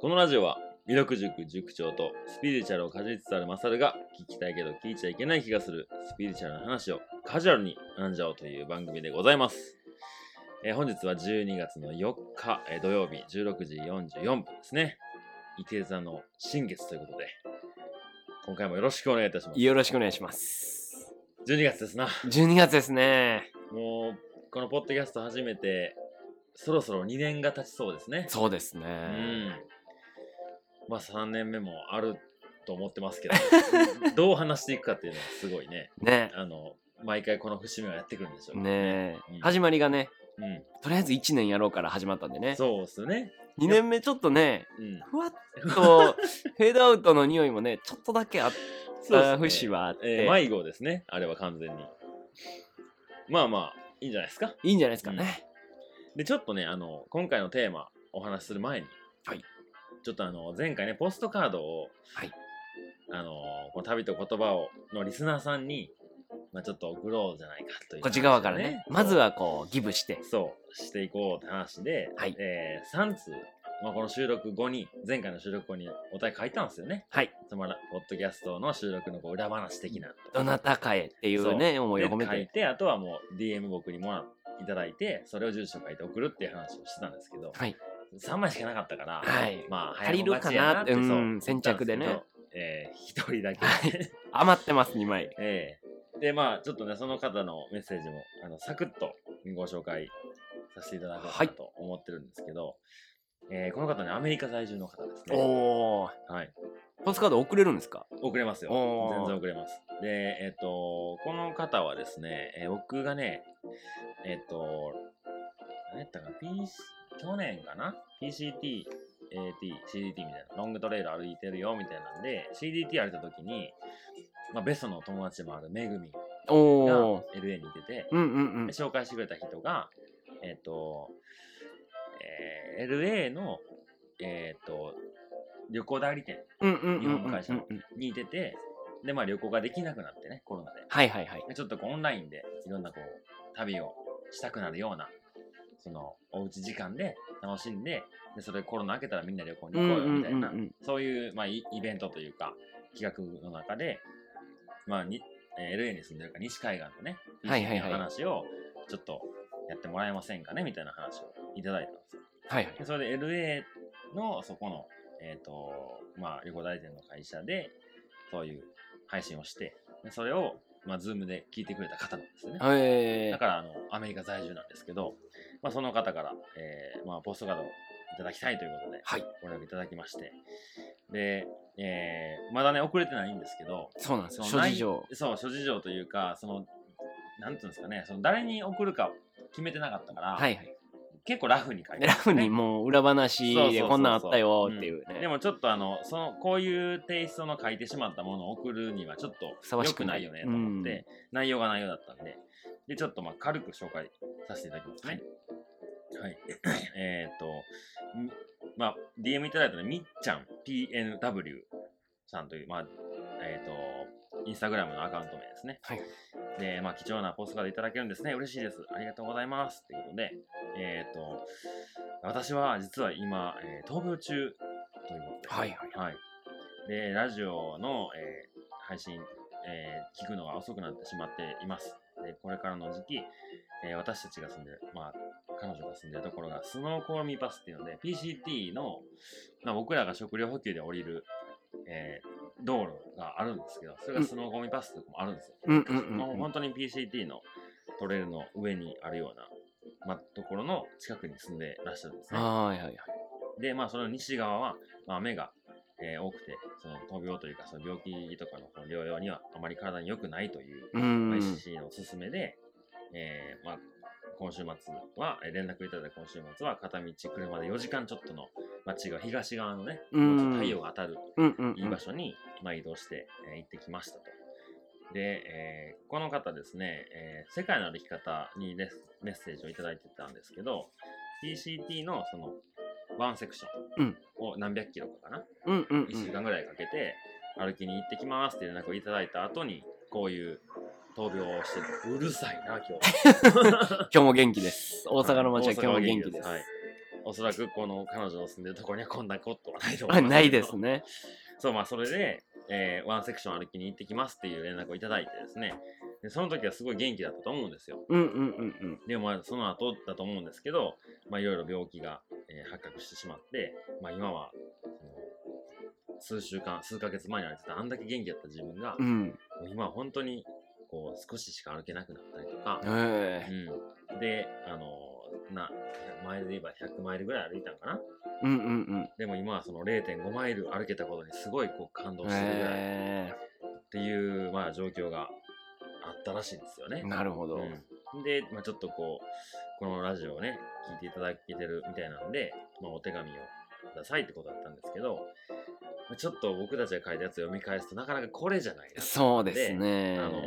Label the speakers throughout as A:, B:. A: このラジオは、魅力塾塾長とスピリチュアルをかじりつつあるマサルが聞きたいけど聞いちゃいけない気がするスピリチュアルな話をカジュアルに学んじゃおうという番組でございます。えー本日は12月の4日、えー土曜日16時44分ですね。伊手座の新月ということで、今回もよろしくお願いいたします。
B: よろしくお願いします。
A: 12月ですな。
B: 12月ですね。
A: もう、このポッドキャスト初めて、そろそろ2年が経ちそうですね。
B: そうです
A: う
B: ね
A: ん。。まあ3年目もあると思って ますけど、どう話していくかっていうのはすごいね。
B: ね
A: あの、毎回この節目はやってくるんでしょうけど
B: ね
A: うん
B: 始まりがね、
A: ね。
B: とりあえず1年やろうから始まったんで
A: う
B: ね
A: ん。。そうっすね。
B: 2年目ちょっとね、
A: うん。
B: ふわっとフェードアウトの匂いもね、ちょっとだけあっ
A: そう
B: た
A: っす
B: 節
A: ね。
B: はあって、
A: えー、迷子ですね。あれは完全に。まあまあ、いいんじゃないですか。
B: いいんじゃないですかね。
A: で、ちょっとね、あの、今回のテーマ、お話しする前に、
B: はい。
A: ちょっとあの、前回ね、ポストカードを、
B: はい。
A: あの、この旅と言葉を、のリスナーさんに、まあちょっと送ろうじゃないかという、
B: こっち側からね、まず。はこう、ギブして。
A: そう、していこうって話で、
B: はい
A: えー、3通、まあ、この収録後に、前回の収録後にお題書いたんですよね。
B: はい。
A: つまり、ポッドキャストの収録のこう裏話的な。
B: どなたかへっていうね、思いを込め
A: で書い
B: て。
A: てあとはもう DM 僕にもらいただいてそれを住所書いて送るっていう話をしてたんですけど
B: はい。
A: 3枚しかなかったから、
B: はい
A: まあ
B: 足りるかなって、うん、先着でね。、
A: 早いもん勝ちやなってそう言ったんですけどえー、1人だけ、
B: は余ってます、2枚。
A: ええでまあちょっとねその方のメッセージもあのサクッとご紹介させていただこうかなと思ってるんですけど、えーこの方ねアメリカ在住の方ですね
B: おー。
A: はい
B: ポストカード送れるんですか
A: 遅れますよ。
B: おー
A: 全然遅れます。で、えっ、と、この方はですね、えー僕がね、えっ、と、何やったかな、PC、去年かな ?PCT、AT、CDT みたいな、ロングトレイル歩いてるよみたいなんで、CDT 歩いた時に、まあ、ベストの友達でもあるめぐみが
B: おー。
A: LA にいてて、
B: うんうんうん
A: で。紹介してくれた人が、えっ、と、えー LA の、えっ、と、旅行代理店
B: うんうんうん
A: 日本の会社の
B: うんうんうん
A: に出て、で、まあ旅行ができなくなってね、コロナで。
B: はいはいはい。
A: でちょっとこうオンラインでいろんなこう、旅をしたくなるような、その、おうち時間で楽しんで、で、それコロナ明けたらみんな旅行に行こうよみたいな、
B: ん
A: そういう、まあ、イイベントというか、企画の中で、まあ、にえー LA に住んでるから西海岸のね、
B: はいはいはい
A: の話をちょっとやってもらえませんかねみたいな話をいただいたんですよ。
B: はいはい
A: で。それで LA のそこの、えっ、と、まあ、旅行代理店の会社で、そういう配信をして、でそれを、まあ、ズームで聞いてくれた方なんですよね。
B: え
A: だから、あの、アメリカ在住なんですけど、まあ、その方から、えーまあ、ポストカードをいただきたいということで、
B: はい。
A: ご連絡いただきまして、で、えーまだね、遅れてないんですけど、
B: そうなんですよ。
A: その
B: 諸
A: 内
B: 事情。
A: そう、諸事情というか、その、なんていうんですかね、その誰に送るか決めてなかったから、
B: はいはい。
A: 結構ラフに書いて
B: ラ
A: ました
B: フ
A: ね
B: にもう裏話
A: そうそうそう
B: で
A: そう
B: こんなんあったよっていう
A: で
B: ね。
A: もちょっとあのそのこういうテイストの書いてしまったものを送るにはちょっ
B: ふさ
A: と
B: わ
A: 良
B: し
A: く
B: く
A: な
B: ないい
A: よねと思って、内容が内容だったんででちょっとまあ軽く紹介させていただきますね。はい、 えーっと、みまあ、DM いただいたのはみっちゃん PNW さんという、まあえーっとインスタグラムのアカウント名ですね。
B: はい
A: で、まあ、貴重なポストカードいただけるんですね。嬉しいです。ありがとうございます。ということで、えっ、と、私は実は今、えー闘病中ということで、
B: はいはい
A: はい。で、ラジオの、えー配信、えー聞くのが遅くなってしまっています。で、これからの時期、えー私たちが住んでる、まあ、彼女が住んでるところが、スノーコーミーパスっていうので、PCT の、まあ、僕らが食料補給で降りる、えー道路があるんですけど、それがスノーコーミーパスってとこもあるんですよ。
B: うんうんうん
A: もう
B: うん。
A: 本当に PCT のトレイルの上にあるような、まあ、ところの近くに住んでらっしゃるんですね。
B: はいはいはい。
A: で、まあ、その西側は、まあ、目が、えー多くて、その闘病というか、その病気とかのこの療養にはあまり体に良くないという、
B: う
A: まあ
B: ん。
A: 医師のおすすめで、えーまあ、今週末は、えー連絡いただいた今週末は、片道車で4時間ちょっとの街が東側のね、
B: う
A: も
B: ん
A: うちょっと太陽が当たる
B: うんうんう
A: いい
B: ん
A: 場。所に、まあ、移動して、えー行ってきましたと。で、えーこの方ですね、えー世界の歩き方にレスメッセージをいただいてたんですけど、PCT のそのワンセクションを何百キロかかな、
B: うんうん
A: 1週間ぐらいかけて歩きに行ってきますって連絡をいただいた後に、こういう闘病をしてる。 うるさいな、今日。
B: 今日も元気です。大阪の街は今日も元気です。
A: はいおそらくこの彼女の住んでるところにはこんなことはないと思い
B: あ
A: ます。
B: ないです。ね。
A: そう、まあそれで、えーワンセクション歩きに行ってきますっていう連絡をいただいてですね、でその時はすごい元気だったと思うんですよ。
B: うんうんうん
A: でもまあその後だと思うんですけど、まあいろいろ病気が、えー発覚してしまって、まあ今は、その数週間、数ヶ月前に歩いてたあんだけ元気だった自分が、
B: う
A: も
B: ん。うん。
A: う今は本当にこう少ししか歩けなくなったりとか、
B: え
A: うん、で、あのな、マイルで言えば100マイルぐらい歩いたんかな
B: えうんうん
A: でも今はその0.5マイル歩けたことにすごいこう感
B: う
A: 動
B: ん。
A: してるぐらいっ
B: え
A: ていう、まあ状況があったらしいんですよね
B: え。なるほど。
A: うんで、まあ、ちょっとこう、このラジオをね、聞いていただけてるみたいなんで、まあ、お手紙をくださいってことだったんですけど、まあちょっと僕たちが書いたやつを読み返すとなかなかこれじゃないな
B: そうですね。
A: あの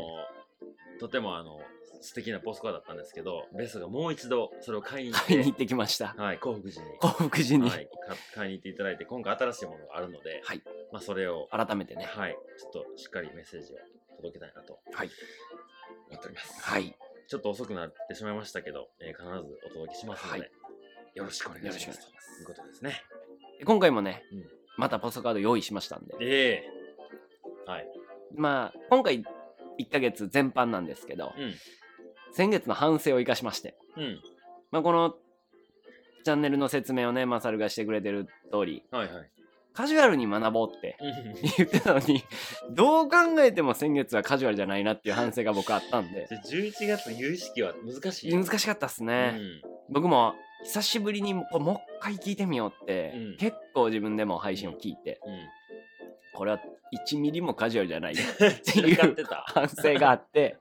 A: とてもあの素敵なポスコアだったんですけどベストがもう一度それを買いに行っ、
B: 買いに行っててきました。
A: はい、幸福寺に、
B: 幸福寺に、
A: はい、か買いに行っていただいて今回新しいものがあるので、
B: はい
A: まあ、それを、
B: 改めてね。
A: はい、ちょっとしっかりメッセージを届けたいなと
B: はい。
A: 思っております、
B: はい。
A: ちょっと遅くなってしまいましたけど、えー必ずお届けしますので、
B: はい
A: よろしくお願いし
B: よ
A: ま
B: ろ
A: す
B: しくお願いします
A: ということですね
B: 今回もね、
A: うん
B: またポストカード用意しましたんで。
A: ええはい
B: まあ、今回1ヶ月全般なんですけど、先月の反省を生かしまして、
A: うんうん
B: まあ、このチャンネルの説明をね、マサルがしてくれてる通り、
A: はいはい
B: カジュアルに学ぼうって 言ってたのに、どう考えても先月はカジュアルじゃないなっていう反省が僕あったんで、
A: 11月有意識は難しい
B: 難しかったっすね。
A: うん
B: 僕も久しぶりにもうもう一回聞いてみようって、
A: うん
B: 結構自分でも配信を聞いて、
A: うん
B: これは1ミリもカジュアルじゃない
A: って
B: いう
A: てた。
B: 反省があ って、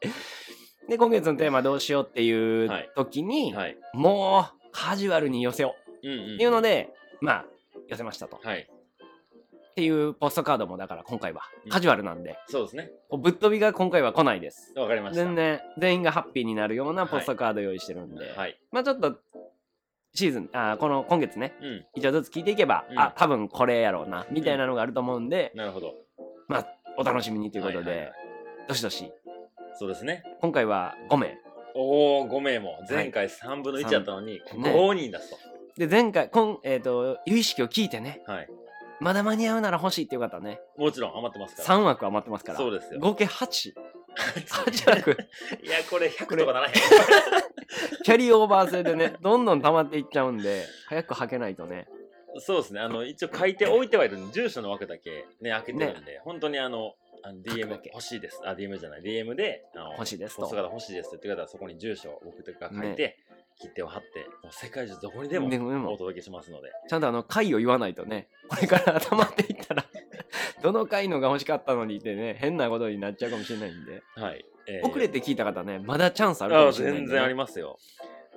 B: で、今月のテーマどうしようっていう
A: はい
B: 時に、
A: はい。
B: もうカジュアルに寄せよ
A: う
B: う
A: んうん
B: っていうので、まあ、寄せましたと。っ
A: はい。
B: ていうポストカードも、だから今回は
A: うん
B: カジュアルなんで、
A: そうですね。
B: こうぶっ飛びが今回は来ないです。
A: わかりました。
B: 全然、全員がハッピーになるようなポストカード用意してるんで、
A: はい。
B: まあちょっと、シーズン、あーこの今月ね、
A: うん。
B: 一応ずつ聞いていけば、
A: うん
B: あ、多分これやろうな、みたいなのがあると思うんで、
A: なるほど。
B: まあ、お楽しみにということで、
A: ははは
B: どしどし、
A: そうですね。
B: 今回は5名。
A: おお、5名も。前回3分の1だったのに、
B: 三ね
A: 5人出す
B: で、前回、今、えっ、と、有意識を聞いてね、
A: と。はい。
B: まだ間に合うなら欲しいっていう方はね、
A: もちろん余ってますから。
B: 3枠余ってますから、
A: そうです よ。
B: 合計8、8枠、
A: いや、これ100
B: これ
A: とかならへん。
B: キャリーオーバー制でね、どんどん溜まっていっちゃうんで、早く履けないとね、
A: そうですね。あの、一応書いておいてはいるんで、住所の枠だけね、開けてるんで、本当にあの、あの
B: 書く
A: DM
B: だけ
A: 欲しいです。あ、DM じゃない。DM で、あの
B: 欲しいです
A: ポストカ
B: と。
A: ード欲しいですって言ってくれたら、そこに住所を僕が書いて、切手を貼って、もう世界中どこにでも
B: でもでも
A: お届けしますので。
B: ちゃんとあの、回を言わないとね、これから溜まっていったら、 どの回のが欲しかったのにってね、変なことになっちゃうかもしれないんで。
A: はい。えー
B: 遅れて聞いた方ね、まだチャンスあるか
A: あ
B: もしれないん
A: 全
B: でね、
A: 然ありますよ。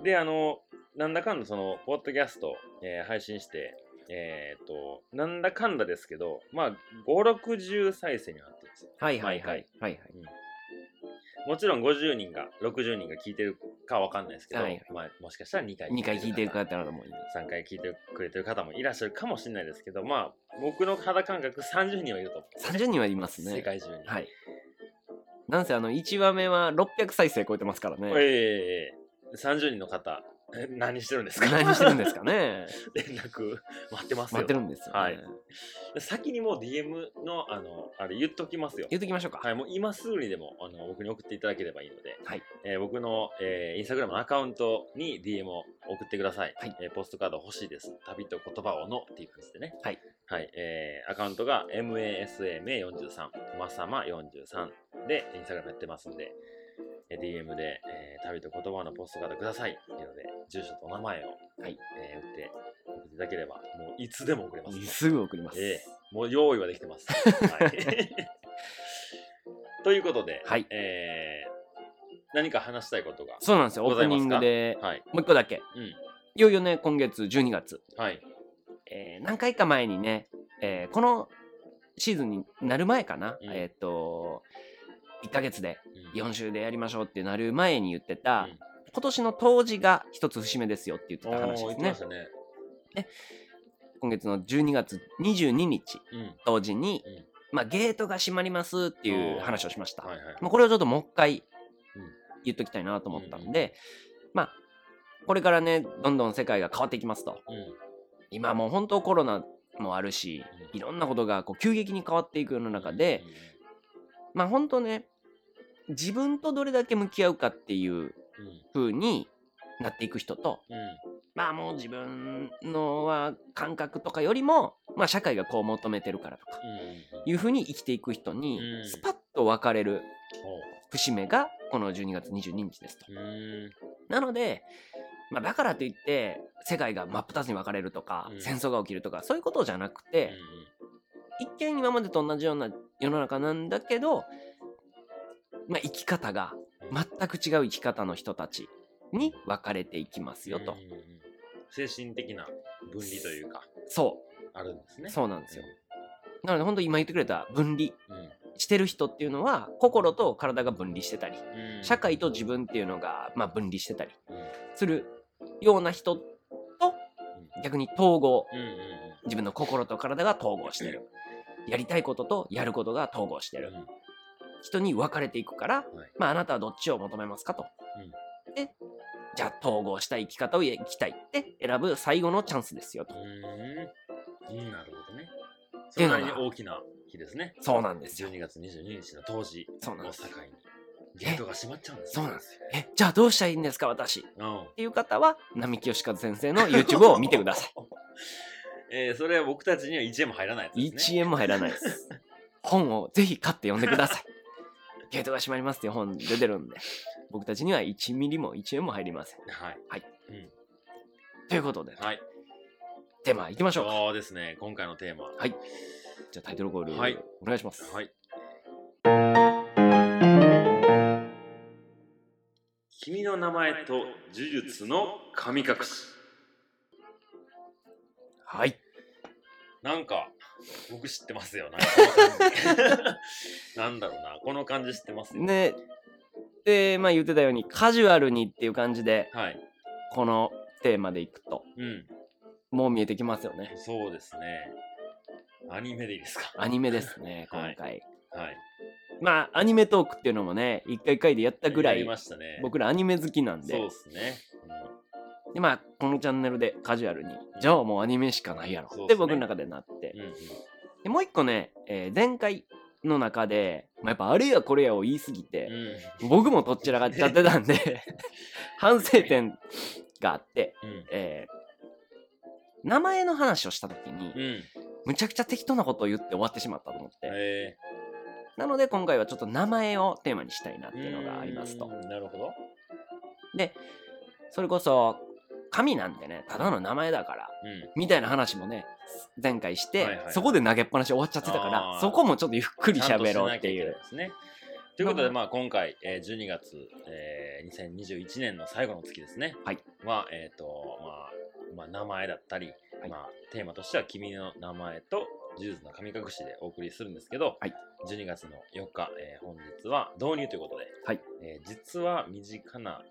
A: で、あの、なんだかんだその、ポッドキャスト、えー配信して、えーっと、なんだかんだですけど、まあ、5、60再生にはなってるんですよ。
B: はいはい
A: 毎
B: はい。
A: 回
B: はいはい。
A: もちろん50人が、60人が聞いてるかわかんないですけど、
B: はいはい
A: まあ、もしかしたら2回
B: 2回聞いてる
A: 方
B: 方ならもういいです。
A: 3回聞いてくれてる方もいらっしゃるかもしれないですけど、まあ、僕の肌感覚30人はいると思
B: 30人はいます
A: う。
B: ね。
A: 世界中に。。
B: はいい。なんせあの、1話目は600再生超えてますからね。
A: えー、30人の方、え何してるんですか
B: 何してるんですすかね
A: 連絡待ってますよ。
B: 待ってるんですよ、ね。
A: はい先にもう DM の、あの、あれ言っときますよ。
B: 言っときましょうか。
A: はい、もう今すぐにでもあの僕に送っていただければいいので、
B: はい
A: えー僕の、えーインスタグラムのアカウントに DM を送ってください。
B: はい
A: えーポストカード欲しいです。旅と言葉をのっていう感じでね。
B: はい。
A: はい、えーアカウントが masama43、まさま43でインスタグラムやってますんで、えー DM で、えー旅と言葉のポストカードくださいっていうので、住所とお名前を、
B: はい
A: えー打って送っていただければ、もういつでも送れます。
B: すぐ送ります。
A: ええもう用意はできてます。はい、 ということで、
B: はい
A: えー何か話したいことが。
B: そうなんですよ。オ
A: ご
B: ー
A: ざ
B: プ
A: いま
B: ニ
A: す
B: ン
A: か
B: グで、
A: はい。
B: もう一個だけ。
A: うん。
B: いよいよね、今月12月。
A: はい。
B: えー何回か前にね、えーこのシーズンになる前かな。
A: うん
B: えーっと、1ヶ月で
A: うん
B: 4週でやりましょうってなる前に言ってた、
A: うん
B: 今年の冬至が一つ節目ですよって言って
A: お
B: た話
A: ー
B: で
A: 言っ
B: す
A: てま
B: ね
A: したね。
B: 今月の12月22日
A: うん。
B: 冬至に、
A: うん
B: まあ、ゲートが閉まりますっていう
A: おー
B: 話をしました、
A: はいはい。
B: まあ、これをちょっともう一回
A: うん
B: 言っときたいなと思ったんで、まあこれからねどんどん世界が変わっていきますと
A: うん
B: 今もう本当コロナもあるしいろんなことがこう急激に変わっていく世の中で、まあ本当ね自分とどれだけ向き合うかっていう
A: うんうん
B: 風になっていく人と
A: うん
B: まあもう自分のは感覚とかよりも、まあ、社会がこう求めてるからとか
A: うん
B: いう風に生きていく人に
A: うん
B: スパッと分かれる
A: ほ
B: 節目がこの12月22日ですと
A: う。うん
B: なので、まあ、だからといって世界が真っ二つに分かれるとか、
A: うん
B: 戦争が起きるとかそういうことじゃなくて、一見今までと同じような世の中なんだけど、まあ、生き方が全く違う生き方の人たちに分かれていきますよと、
A: うんうんうん精神的な分離というか
B: そ
A: あるんですね
B: うそうなんですよなので本当今言ってくれた分離
A: うん
B: してる人っていうのは心と体が分離してたり
A: うん
B: 社会と自分っていうのがまあ分離してたり
A: うんうん
B: するような人と逆に統合
A: うんうん
B: 自分の心と体が統合してるやりたいこととやることが統合して
A: うん
B: る人に分かれていくから、まああなたはどっちを求めますかと、でじゃあ統合したい生き方を生きたいって選ぶ最後のチャンスですよと、
A: うんうんなるほどね
B: っ
A: そ
B: て
A: れ
B: いうの
A: な
B: が
A: りに大きな日ですね
B: そうなんですよ
A: 12月22日の当時
B: そうなん
A: を
B: です
A: 境
B: よ
A: にゲートが閉まっちゃうんです
B: そうなんですえじゃあどうしたらいいんですか私っ
A: うん
B: ていう方は並木義和先生の YouTube を見てくださ
A: えーそれは僕たちには1円も入らないやつ
B: い
A: ですね
B: 1円も入らな いです本をぜひ買って読んでください ゲートが閉まりますっていう本出てるんで僕たちには1ミリも1円も入りません
A: はい
B: ということで、
A: はい
B: テーマいきましょうか
A: そうですね今回のテーマ
B: じゃあタイトルコール、
A: はい
B: お願いします。
A: はい。君の名前と呪術の神隠し。
B: はい。
A: なんか、僕知ってますよ。なんかこの感 じなんだろうな。この感じ知ってますね。
B: ね、で、まあ言ってたように、カジュアルにっていう感じで、
A: はい。
B: このテーマでいくと、
A: うん。
B: もう見えてきますよね。
A: そうですね。アニメでいいですか。
B: アニメですね、今
A: はい
B: 回。
A: はい。
B: まあ、アニメトークっていうのもね、一回一回でやったぐら
A: や
B: い
A: り、ましたね。
B: 僕らアニメ好きなん
A: そう
B: で
A: で、すね。
B: でまあ、このチャンネルでカジュアルに、じゃあもうアニメしかないやろ
A: そう
B: っ
A: っす
B: て
A: ね
B: 僕の中でなって
A: うん。う。んうん
B: でもう一個ね、えー前回の中で、まあ、やっぱあれやこれやを言いすぎて、
A: うん
B: 僕もどっちらかっちゃってたん で反省点があって、
A: うん
B: えー名前の話をした時に、
A: うん。
B: むちゃくちゃ適当なことを言って終わってしまったと思って、
A: え
B: なので今回はちょっと名前をテーマにしたいなっ
A: ー
B: ていうのがありますと
A: うーんなるほど。
B: でそれこそ神なんてねただの名前だから
A: うん。
B: みたいな話もね前回し
A: は
B: て、
A: いはいはい
B: そこで投げっぱなしで終わっちゃってたから
A: あー
B: そこもちょっとゆっくり
A: ちゃんと
B: 喋
A: し
B: ろう
A: な
B: っ
A: きゃ
B: て
A: い
B: い
A: けな
B: う
A: いですね。ということで、ま
B: ま
A: あ、今回、えー12月、えー2021年の最後の月ですね。
B: はい。
A: は、えっ、と、まあ、まあ、名前だったり、
B: はい
A: まあ、テーマとしては、君の名前と、ジュースの神隠しでお送りするんですけど、
B: はい
A: 12月の4日、えー本日は導入ということで、
B: はい
A: えー実は身近な、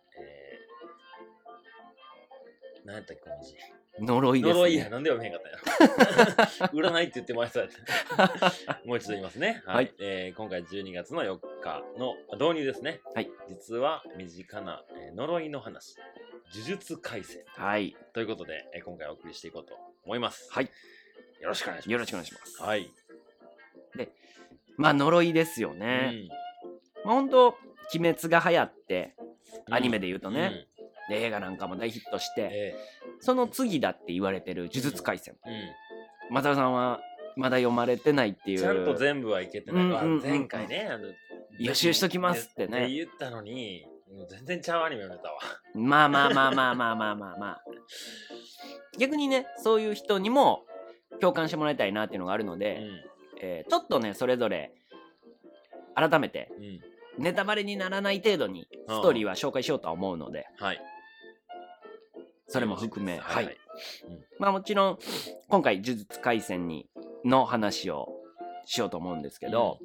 A: えー何やったっけ、この字。
B: 呪いです、ね、
A: 呪いや、なんで読めへんかった よ。占いって言ってました。もう一度言いますね。はい。
B: はい
A: えー今回12月の4日の導入ですね。
B: はい。
A: 実は身近な、えー呪いの話、呪術改正
B: はい
A: ということで、えー今回お送りしていこうと思います。
B: はい。
A: よろしくお願いします。
B: よろしくお願いします
A: はい。
B: まあ呪いですよね、まあ本当鬼滅が流行って
A: うん
B: アニメで言うとね、
A: うん
B: で映画なんかも大ヒットして、
A: え
B: その次だって言われてる「呪術廻戦
A: ーうん」
B: 松田さんはまだ読まれてないっていう
A: ちゃんと全部はいけてない。
B: うんうんうんうん
A: あ前回ね、あの
B: 予習しときますってね
A: 言ったのに、もう全然ちゃうアニメ見たわ。
B: まあまあまあまあまあまあまあまあ逆にねそういう人にも共感してもらいたいなっていうのがあるの
A: う
B: で、
A: ん。
B: えーちょっとねそれぞれ改めて
A: うん。
B: ネタバレにならない程度にストーリーは紹介しようとは思うので、
A: はい。
B: それも含め、
A: は。
B: はいい、まあもちろん今回「呪術廻戦に」の話をしようと思うんですけど、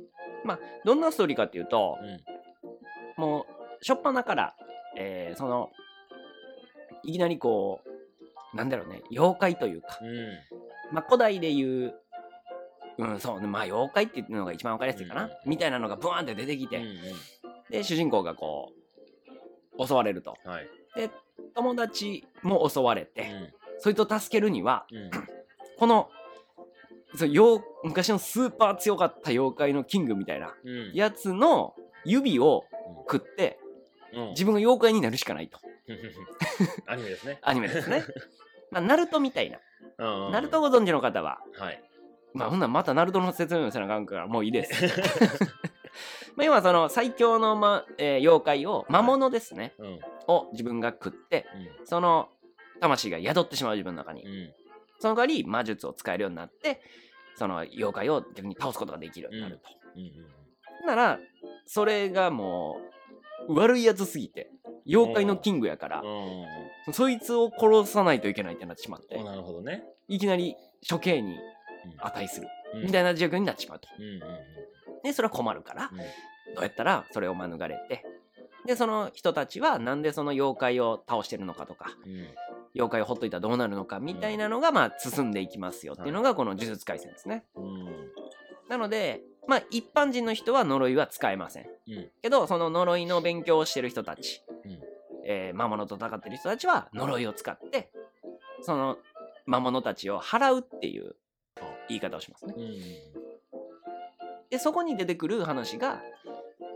B: まあどんなストーリーかっていうと
A: う、ん。
B: もう初っ端から、えーそのいきなりこうなんだろうね妖怪というか、
A: うん。
B: まあ古代でいううんそうねまあ妖怪っていうのが一番わかりやすいか
A: う
B: な、
A: ん
B: みたいなのがブワーンって出てきて、
A: うんう
B: で主人公がこう襲われると
A: んはい。
B: 友友達も襲われて、そいつを助けるには
A: うんうん
B: このそう妖昔のスーパー強かった妖怪のキングみたいな
A: うん
B: やつの指を食って
A: うん
B: 自分が妖怪になるしかないと
A: アニメですね。
B: アニメですね。 まあ、ナルトみたいな。
A: うんうん
B: ナルトご存知の方は、
A: はい。
B: まあ、ほんならまたナルトの説明をせなあかんから、もうい いです。まあ、要はその最強の、まえー妖怪を、魔物ですね、
A: うんうん
B: を自分が食って、その魂が宿ってしまう自分の中に
A: う。ん
B: その代わり魔術を使えるようになって、その妖怪を逆に倒すことができるようになると。
A: うん
B: なら、それがもう、悪いやつすぎて、妖怪のキングやから
A: う、んうん
B: そいつを殺さないといけないってなってしまって
A: お。なるほどね。
B: いきなり処刑
A: う
B: に
A: ん
B: 値する
A: うん
B: みたいな状況になってしまうと。
A: うんうんうん
B: で、それは困るから、
A: うん
B: どうやったらそれを免れて、で、その人たちはなんでその妖怪を倒してるのかとか、
A: うん
B: 妖怪をほっといたらどうなるのかみたいなのが、まあ、進んでいきますよっていうのが、この呪術廻戦ですね。
A: うん
B: なので、まあ、一般人の人は呪いは使えません。
A: うん
B: けど、その呪いの勉強をしてる人たち、
A: うん
B: えー魔物と戦ってる人たちは呪いを使って、その魔物たちを払うっていう言い方をしますね。
A: うん
B: でそこに出てくる話が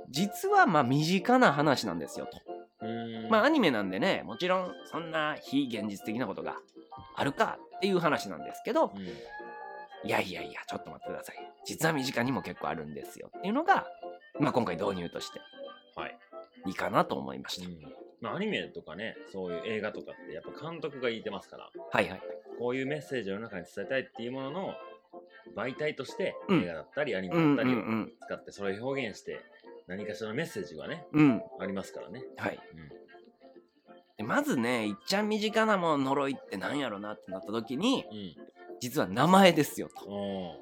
B: 実はまあ身近な話なんですよと、
A: うん
B: まあアニメなんでねもちろんそんな非現実的なことがあるかっていう話なんですけど
A: うん
B: いやいやいやちょっと待ってください実は身近にも結構あるんですよっていうのが、まあ、今回導入として
A: はい
B: いいかなと思いまし
A: う
B: た、
A: んまあアニメとかね、そういう映画とかってやっぱ監督が言ってますから、
B: はいはい
A: こういうメッセージを世の中に伝えたいっていうものの媒体として
B: うん
A: 映画だったりアニメ
B: う
A: だ
B: ん
A: っ
B: う
A: た
B: んう
A: りを
B: ん
A: 使ってそれを表現して何かしらのメッセージがね、
B: うん
A: ありますからね。
B: はい
A: うん
B: でまずねいっちゃん身近なもん呪いってなんやろなってなった時に
A: うん。
B: 実は名前ですよと
A: おー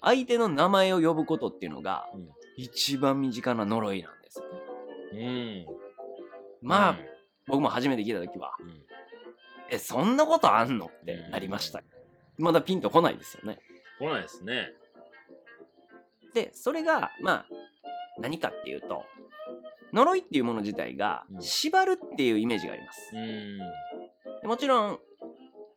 B: 相手の名前を呼ぶことっていうのが
A: うん
B: 一番身近な呪いなんですよね。
A: うん。
B: まあ、
A: うん
B: 僕も初めて聞いた時は
A: うん
B: 「えそんなことあんの?」ってなりました。まだピンとこないですよね。
A: 来ないですね。
B: でそれがまあ何かっていうと呪いっていうもの自体が
A: うん
B: 縛るっていうイメージがあります
A: う。ん。
B: でもちろん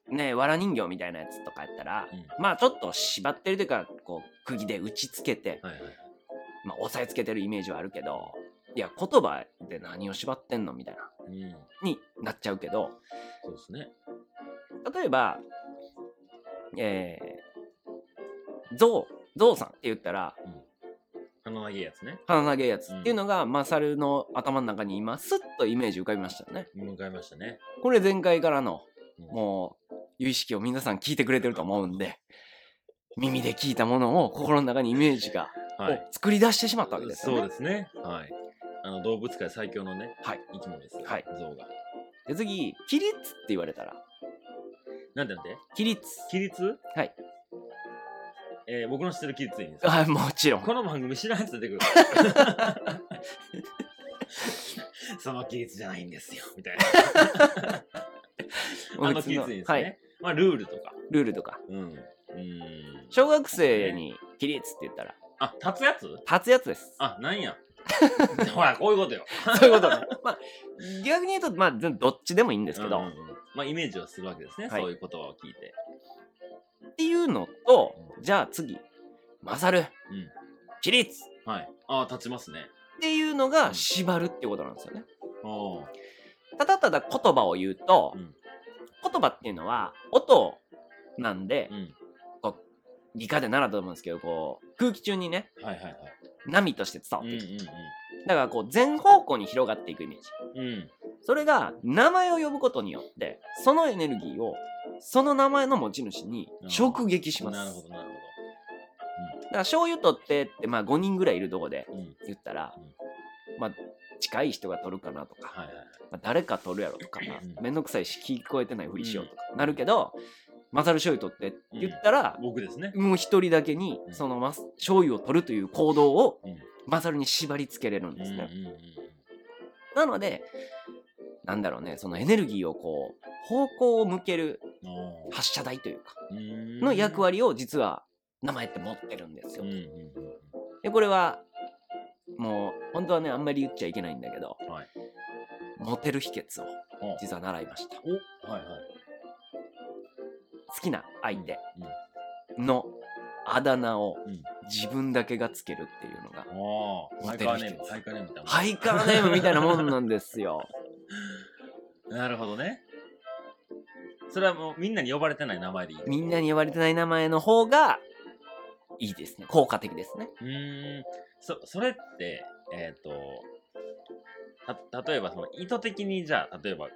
B: ねわら人形みたいなやつとかやったら
A: うん
B: まあちょっと縛ってるというかこう釘で打ちつけて
A: はいはい。
B: まあ、押さえつけてるイメージはあるけど、いや、言葉で何を縛ってんのみたいな、
A: うん。
B: になっちゃうけど、
A: そうですね。
B: 例えば、えー、ゾウ、ゾウさんって言ったら、
A: 鼻のいいやつね。
B: 鼻投げやつっていうのが、マサルの頭の中に今、スッとイメージ浮かびましたよね。
A: 向かいましたね。
B: これ前回からの、
A: うん
B: もう、有意識を皆さん聞いてくれてると思うんで、耳で聞いたものを心の中にイメージが、
A: はい。
B: を作り出してしまったわけですよね。
A: そうですね。はい。あの動物界最強のね、
B: はい
A: 生き物です。
B: はい。
A: 象が。
B: で次、起立って言われたら、
A: なんてなんて
B: 起立。
A: 規律
B: はい。
A: えー、僕の知ってる規律でいいんですか
B: あもちろん。
A: この番組知らんやつ出て くる。その規律じゃないんですよ。みたいな。 あの規律でいいんですね。
B: はい、
A: まあ、ルールとか。
B: ルールとか。
A: うん。うん。
B: 小学生に起立って言ったら、
A: あ、立つやつ
B: 立つやつです。
A: あ、なん や。ほら、こういうことよ。
B: そういうことね。まあ、逆に言うと、まあ、どっちでもいいんですけど、
A: うんうんうんまあ、イメージをするわけですね、
B: はい
A: そういう言葉を聞いて。
B: っていうのと、
A: う
B: じゃあ次、マサル、
A: うん
B: 起立っ
A: はい。ああ、立ちますね。
B: ていうの
A: う
B: が
A: ん
B: 縛るっていうことなんですよね。
A: おー
B: ただただ言葉を言うと、
A: うん
B: 言葉っていうのは音なんで、
A: うん。
B: こう理科で習ったと思うんですけど、こう空気中にね、
A: はいはいはい。
B: 波として伝
A: う
B: わ
A: ん
B: っ
A: う
B: て
A: ん
B: いく。だからこう全方向に広がっていくイメージ。
A: うん。うん。
B: それが名前を呼ぶことによってそのエネルギーをその名前の持ち主に直撃します。
A: なるほどなる
B: だから醤油取ってって、まあ、5人ぐらいいるとこで
A: ほど。うん。
B: 言ったら、
A: う
B: まあ近い人が取るかなとか、
A: はいはいはい。
B: まあ誰か取るやろとか、まあ
A: うん
B: めんどくさいし聞こえてないふりしようとか、なるけどマサル醤油取ってって言ったら、
A: 僕ですね。
B: もう一人だけに
A: うん
B: そのマス醤油を取るという行動を
A: うん。
B: マサルに縛りつけれるんですね。
A: うんうんうん
B: なので、なんだろうね、そのエネルギーをこう、方向を向ける
A: うん。おー
B: 発射台というか、
A: うーん
B: の役。割を実は名前って持ってるんです
A: う
B: よ
A: ん。うん
B: で、これは、もう、本当はね、あんまり言っちゃいけないんだけど、
A: うん。はい。
B: モテる秘訣を
A: うん
B: 実は習いました
A: おはいはい。
B: 好きな相手のあだ名を
A: うん
B: 自分だけがつけるっていうのが
A: ああ、ハイカーネーム、ハイカーネームみたいな。
B: ハイカーネームみたいなもんなんです よ
A: なるほどね。それはもうみんなに呼ばれてない名前でいい。
B: みんなに呼ばれてない名前の方がいいですね効果的ですね
A: うーん。そ、それって、えっ、と、た、例えばその意図的にじゃあ、例えば、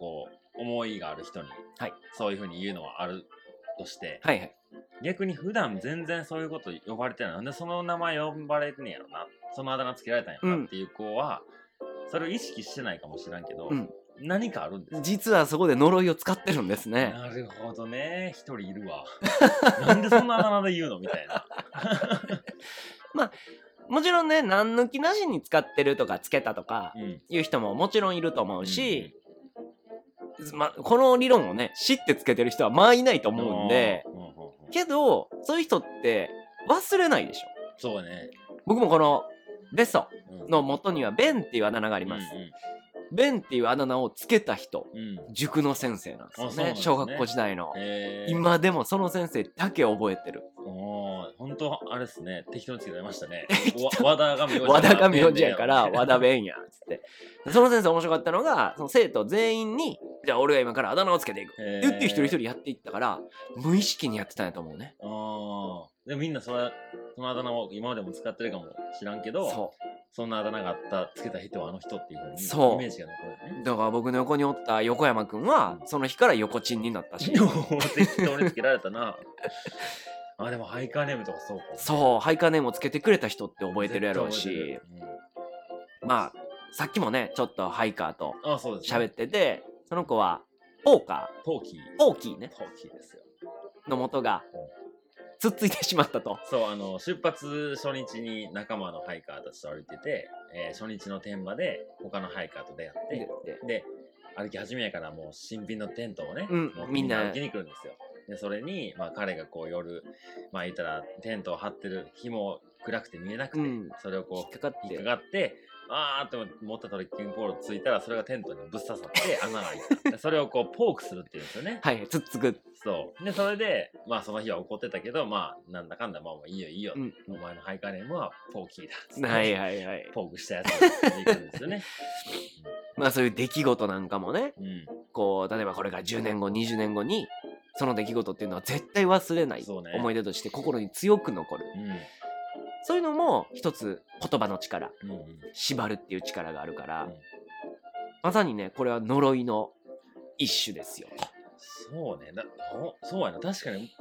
A: こう、思いがある人に、
B: はい
A: そういうふうに言うのはあるとして、
B: はいはい
A: 逆に普段全然そういうこと呼ばれてない。なんでその名前呼ばれてんねやろな。そのあだ名つけられたんやろ
B: う
A: なんっていう子は、それを意識してないかもしれんけど、
B: うん
A: 何かあるんですか
B: 実はそこで呪いを使ってるんですね
A: なるほどね。一人いるわ。 なんでそんなあだ名で言うのみたいな。
B: もちろんね何抜きなしに使ってるとかつけたとか
A: うん。
B: いう人ももちろんいると思うし、ま、この理論をね知ってつけてる人はまあいないと思うんで
A: うんうんうん
B: けどそういう人って忘れないでしょ
A: そうね。
B: 僕もこのベソ
A: うん
B: の元にはベンっていうあだ名があります、ベンっていうあだ名をつけた人
A: うんうん。うん
B: 塾の先生なんですよ
A: あ
B: ね
A: そうなんですね
B: 小学校時代の、
A: えー、
B: 今でもその先生だけ覚えてる
A: おー本当あれですね適当につけられました ね
B: 当
A: わ和田が名字やから
B: 和田が名字やから
A: ペンで
B: 和田弁やっつってその先生面白かったのがその生徒全員にじゃあ俺が今からあだ名をつけていくって
A: へー
B: 言って一人一人やっていったから無意識にやってたんやと思うね
A: あーでもみんなそれそのあだ名を今までも使ってるかも知らんけど
B: そ
A: そんなあだ名があったつけた人はあの人っていうふうに
B: そう
A: イメージが残るね
B: うだから僕の横におった横山くんはその日から横チンになった し
A: 適当につけられたな あでもハイカーネームとかそうか
B: そうハイカーネームをつけてくれた人って覚え
A: 絶対
B: てるやろう
A: 覚えて
B: し
A: る、うん
B: まあさっきもねちょっとハイカーと
A: あそうです、
B: 喋っててその子はポーカ
A: トーキー
B: ーポーキーね
A: トーキーですよ
B: の元がつっついてしまったと
A: そうあの出発初日に仲間のハイカーたちと歩いてて、えー初日の天場で他のハイカーと出会っ
B: で
A: てで歩き始めやからもう新品のテントをね、
B: うん
A: もう
B: みんな
A: 歩きに来るんですよでそれに、まあ、彼がこう夜まあ言ったらテントを張ってる紐暗くて見えなくて、
B: うん
A: それをこう
B: 引っかかっ
A: 引ってかかって、あーって持ったトレッキングポールついたら、それがテントにぶっ刺さって穴が開いた。でそれをこうポークするっていうんですよね。
B: はいつっつく
A: そう。で、それで、まあその日は怒ってたけど、まあなんだかんだ、まあもういいよいいよ。
B: うん
A: お前のハイカーネームはポーキーだっつって。
B: はいはいはい
A: ポークしたやつっていくんですよね。
B: まあそういう出来事なんかもね
A: うん。
B: こう例えばこれから10年後20年後にその出来事っていうのは絶対忘れない
A: そうね
B: 思い出として心に強く残るそういうのも一つ言葉の力
A: うん。うん。うん。
B: 縛るっていう力があるから、
A: うん
B: まさにねこれは呪いの一種ですよ
A: そうね。だおそうやな。確かに、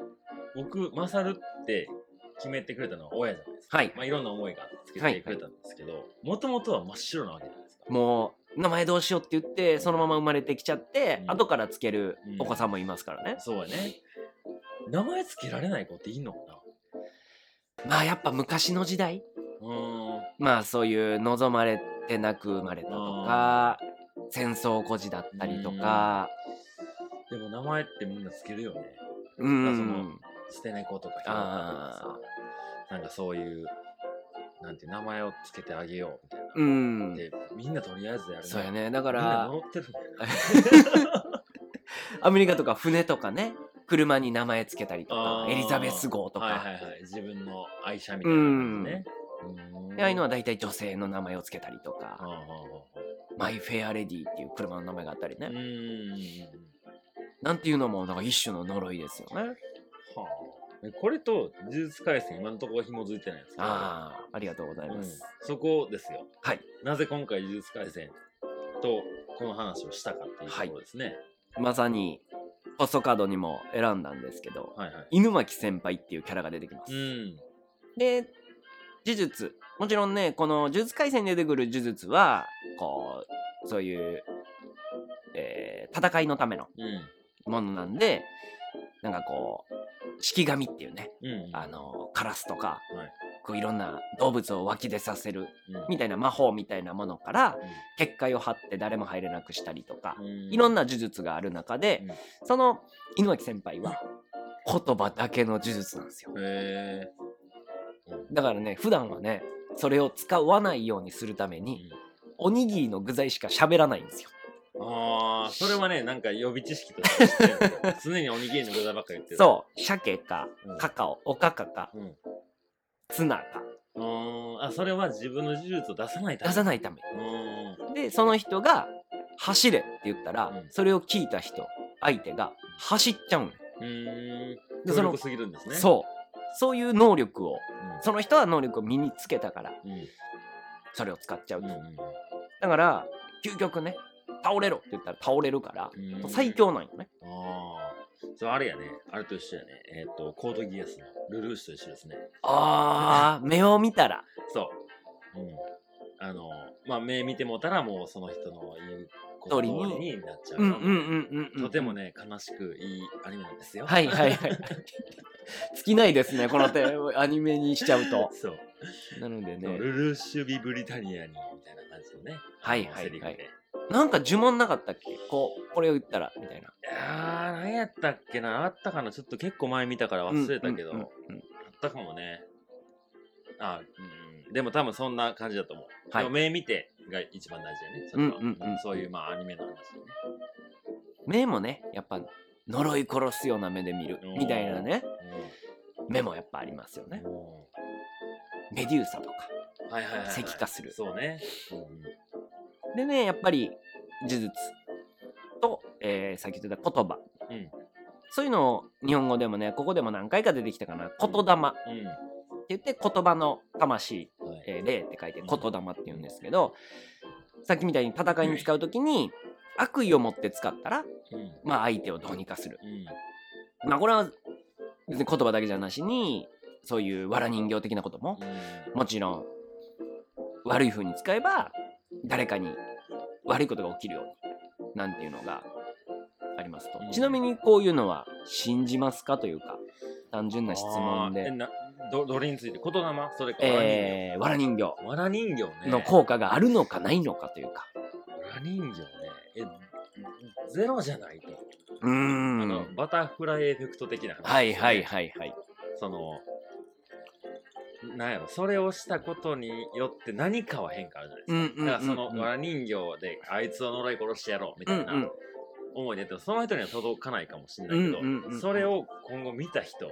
A: 僕、マサルって決めてくれたのは親じゃないですか。
B: はい
A: まあいろんな思いがあってつけてくれたんですけど、もともとは真っ白なわけじゃないですか。
B: もう名前どうしようって言ってそのまま生まれてきちゃって、
A: うん
B: 後からつける
A: うん
B: お子さんもいますからね、
A: そうやね。名前つけられない子っていいのかな
B: まあやっぱ昔の時代
A: うーん。
B: まあそういう望まれてなく生まれたとか戦争孤児だったりとか
A: でも名前ってみんなつけるよね。
B: うん
A: まあその捨て猫とかひよことかさなんかそういう、なんて名前をつけてあげようみたいな。
B: うん
A: で、みんなとりあえずやる
B: そうや
A: ね。
B: ねだか
A: みんな
B: ら
A: 呪ってる んだよね。
B: アメリカとか船とかね車に名前つけたりとか
A: あー
B: エリザベス号とか、
A: はいはいはい。自分の愛車みたいな感じね。うーん
B: でああいうのは大体女性の名前をつけたりとか、
A: ああああ
B: マイ・フェア・レディっていう車の名前があったりね、
A: ああうーん。
B: なんていうのもなんか一種の呪いですよね
A: はあ。でこれと呪術廻戦今のところは紐づいてないんですけど
B: ああありがとうございます、
A: うん、そこですよ
B: はい
A: なぜ今回呪術廻戦とこの話をしたかっていうところですね、
B: まさに細角にも選んだんですけど
A: はい、はいはい
B: 犬巻先輩っていうキャラが出てきます、
A: うん
B: で呪術もちろんねこの呪術廻戦に出てくる呪術はこうそういう、えー戦いのための
A: うん
B: ものなんでなんかこう式神っていうね
A: うん
B: あのカラスとか、
A: はい
B: こういろんな動物を湧き出させる
A: うん
B: みたいな魔法みたいなものから結界を張って誰も入れなくしたりとか
A: う、ん
B: いろんな呪術がある中で、その井上先輩は言葉だけの呪術なんですよ
A: うんへえ
B: だからね普段はねそれを使わないようにするためにおにぎりの具材しか喋らないんですよ
A: ああ、それはね、なんか予備知識として知ってるんです よ常におにぎりの具材ばっかり言ってる。
B: そう鮭か
A: うん
B: カカオおかかか
A: うん。
B: ツナか
A: うーん。あ、それは自分の事実を出さないため。
B: 出さ
A: ない。
B: ないため
A: うーん。
B: でその人が「走れ」って言ったら、
A: うん
B: それを聞いた人相手が走っちゃうんよ
A: うーん。で、
B: でそ
A: そ
B: の
A: のすぎるんですね。
B: そうそういう能力を
A: う
B: その人は能力を身につけたから
A: ん。うん。
B: それを使っちゃう
A: う
B: と、
A: ん。うん
B: だから究極ね倒れろって言ったら倒れるから、
A: うん
B: 最強なんよね
A: ああ。それあれやね。あれと一緒やね。えっ、と、コードギアスのルルーシュと一緒ですね。
B: あー目を見たら
A: そう。うん。あの、まあ、目見てもうたらもうその人の言うこと通り
B: 通り
A: になっ ちゃう。
B: うんうんうんうん、うん、
A: とてもね、悲しくいいアニメなんですよ。
B: はいはいはい尽きないですねこの手アニメにしちゃうと
A: そう。
B: なのでね
A: ルルーシュビブリタニアにみたいな感じのね。
B: はいはいはい
A: セリフで。
B: なんか呪文なかったっけこうこれを言ったらみたいない
A: やー、何やったっけなあったかなちょっと結構前見たから忘れたけど、
B: うんうん
A: あ
B: うんうん
A: ったかもね。あうん、でも多分そんな感じだと思う。
B: はい
A: でも目見てが一番大事だねそれは。
B: うんうんうん
A: そういうまあアニメの話だね。
B: 目もねやっぱ呪い殺すような目で見る
A: おー
B: みたいなね目もやっぱありますよ
A: うん
B: ね
A: も
B: メデューサとか
A: うはいはいはい、はい。
B: 石化する
A: そうね。うんうん
B: でねやっぱり呪術と、えーさっき言ってた言葉
A: うん
B: そういうのを日本語でもねここでも何回か出てきたかな言霊って
A: うん
B: 言って言葉の魂
A: はい
B: えー霊って書いて言霊って言うんですけど、さっきみたいに戦いに使う時に悪意を持って使ったら、
A: うんうん
B: まあ、相手をどうにかする。まあ、これは別に言葉だけじゃなしにそういう藁人形的なことも
A: うん
B: もちろん悪い風に使えば誰かに悪いことが起きるようになんていうのがありますと、
A: うん
B: ちなみにこういうのは信じますかというか単純な質問
A: あーえ
B: で、
A: などどれについて言霊それから人形
B: えー、藁人形
A: わら人形ね。
B: の効果があるのかないのかというか。
A: わら人形ね。え、ゼロじゃないと。
B: うー
A: あの
B: ん。
A: バタフライエフェクト的な話、
B: はいはい。はいはい。
A: その、なんやろ、それをしたことによって何かは変化あるじゃないですか。
B: うんうんうんう
A: だ
B: ん
A: からその、わら人形であいつを呪い殺してやろうみたいな
B: うんうん
A: 思いでやっても、その人には届かないかもしれないけど、
B: うんうんうんうん
A: それを今後見た人、
B: うん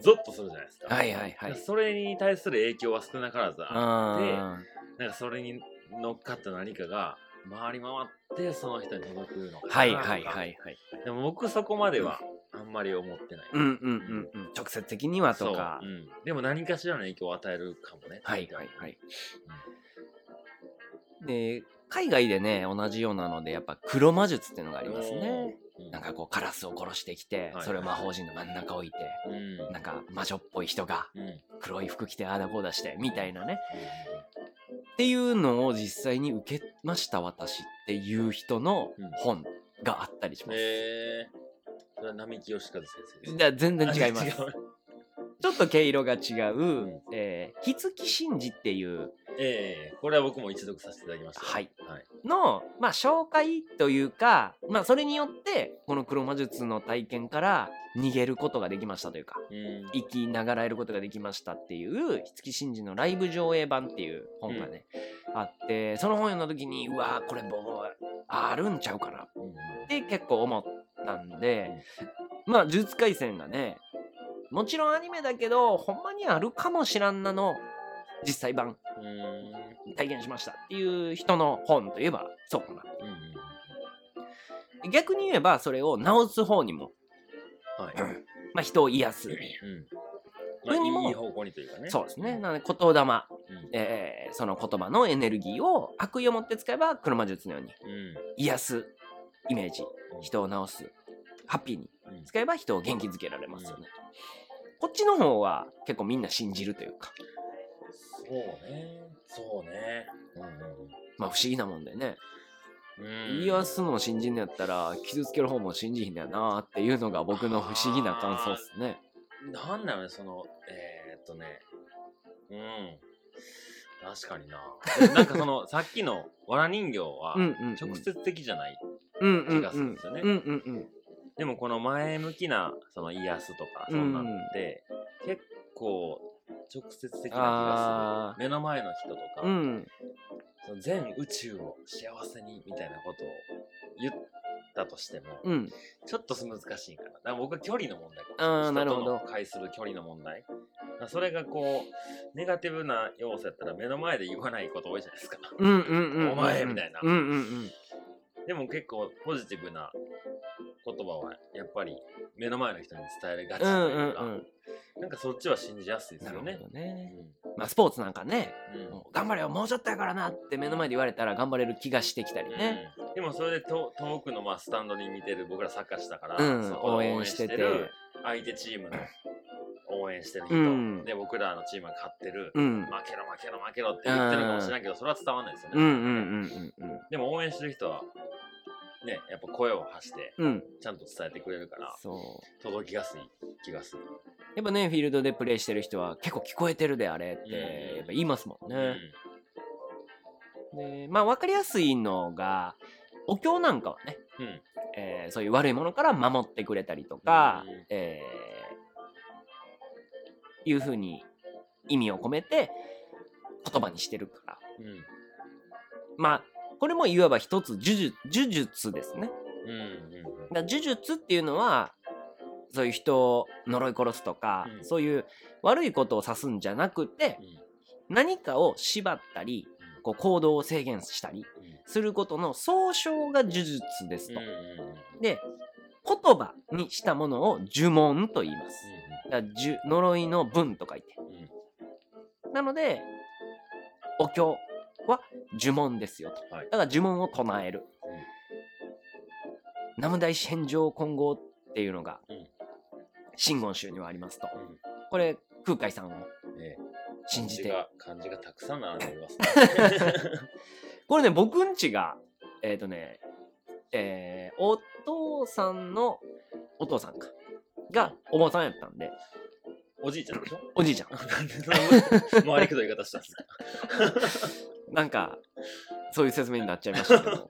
A: ゾッとするじゃないですか。
B: はいはいはい。
A: それに対する影響は少なからずあ
B: あ
A: なんかそれに乗っかった何かが回り回ってその人に届くのか
B: ー
A: な
B: はいはい
A: とか
B: はいはい。
A: でも僕そこまではあんまり思ってない、
B: うんうんうんうん。直接的には
A: そ
B: と
A: う
B: か
A: う。ん、でも何かしらの影響を与えるかもね
B: はいはいはい。で、海外でね、同じようなので、やっぱ黒魔術っていうのがありますね。
A: おーうん
B: なんかこうカラスを殺してきて
A: は、い
B: それを魔法陣の真ん中置いて、
A: うんうん
B: なんか魔女っぽい人が
A: うん
B: 黒い服着てああだこうだして、みたいなね。っていうのを実際に受けました私っていう人の本があったりします。
A: えー、それは並木義和先生です
B: だ全然違います。
A: あう
B: ちょっと毛色が違う、
A: ん
B: えー、日月真治っていう
A: ええこれは僕も一読させていただきました
B: はい、
A: はい、
B: の、まあ、紹介というか、まあ、それによってこの黒魔術の体験から逃げることができましたというか
A: うん
B: 生きながらえることができましたっていう日月真治のライブ上映版っていう本がね、あってその本読んだ時にうわーこれもうあるんちゃうかな
A: うん
B: って結構思ったんで、まあ呪術廻戦がねもちろんアニメだけどほんまにあるかもしらんなの実際版
A: うん
B: 体験しましたっていう人の本といえばそうかな
A: うんうん
B: 逆に言えばそれを直す方にも、
A: はい
B: まあ、人を癒す
A: うん
B: これにも
A: まあいい方向にというかね
B: そうですね
A: ん
B: なので言霊、
A: うん
B: えーその言葉のエネルギーを悪意を持って使えば黒魔術のように
A: うん
B: 癒すイメージ人を治すハッピーに
A: うん
B: 使えば人を元気づけられますよね、こっちの方は結構みんな信じるというか
A: そうね。そうね。う
B: まあ不思議なもんでね、
A: んうん
B: 癒すのを信じんのやったら傷つける方も信じひんのやなっていうのが僕の不思議な感想っすね
A: なんだろうね、その、えー、っとね。うん。確かに な。でもなんかその、さっきのわら人形は
B: うん、うんうん
A: 直接的じゃない。
B: うんうん
A: 気がするんですよね
B: うんうんうん
A: でもこの前向きな、その癒すとか、そんなんって、結構、直接的な気が
B: あ
A: する。目の前の人とか、
B: うん
A: その全宇宙を幸せにみたいなことを言ったとしても、
B: うん。
A: ちょっと難しいかな。だから僕は距離の問題かもしれ
B: あ
A: な
B: ー
A: い。
B: なるほど
A: 人との介する距離の問題。だからそれがこう、ネガティブな要素やったら目の前で言わないこと多いじゃないですか。
B: うんうんうんうん。
A: お前みたいな
B: うんうんうん。
A: でも結構ポジティブな言葉はやっぱり目の前の人に伝えるがち
B: う
A: と
B: んう
A: い
B: ん
A: うか、
B: うん。
A: なんかそっちは信じやすいです
B: なる
A: よ
B: ほ
A: ね。
B: ど
A: う
B: ね。
A: ん
B: まあスポーツなんかね、
A: うん
B: もう頑張れよ、もうちょっとやからなって目の前で言われたら頑張れる気がしてきたりね。
A: うんでもそれでと遠くのまあスタンドに見てる僕らサッカーしたから、
B: うん、
A: そこで
B: 応援してて。
A: る相手チームの応援してる人、
B: うん
A: で僕らのチームが勝ってる、
B: うん。
A: 負けろ負けろ負けろって言ってるかもしれないけど、それは伝わんないですよね、
B: うんうんうんうんうん。
A: でも応援してる人はねやっぱ声を発して
B: うん、
A: ちゃんと伝えてくれるから
B: そう。
A: 届きやすい気がする。
B: やっぱね、フィールドでプレイしてる人は結構聞こえてるであれっ
A: う
B: て
A: ん、
B: やっぱ言いますもん
A: う
B: ね。
A: ん
B: で、まあ分かりやすいのが、お経なんかはね、
A: うん
B: えーそういう悪いものから守ってくれたりとか、
A: うん
B: えーいうふうに意味を込めて言葉にしてるから。
A: うん
B: まあ、これもいわば一つ呪術呪術ですね。
A: うんうん
B: だから呪術っていうのはそういう人を呪い殺すとか、
A: うん
B: そういう悪いことを指すんじゃなくて
A: うん
B: 何かを縛ったりこう行動を制限したりすることの総称が呪術ですと。
A: うん
B: で言葉にしたものを呪文と言います。だから呪呪いの文と書いて。なのでお経は呪文ですよと。
A: はい
B: だから呪文を唱える。南無大師返上混合っていうのが
A: うん
B: 真言宗にはありますと。
A: うん
B: これ空海さんを
A: うんね
B: 信じて
A: 漢字が漢字がたくさん並んでいますね。
B: これね僕んちがえっ、とねえーお父さんのお父さんかがお坊さんやったんで
A: おじいちゃんでしょ
B: おじいちゃん
A: なんでそんな回りくどい言い方したんですか
B: なんかそういう説明になっちゃいましたけど
A: は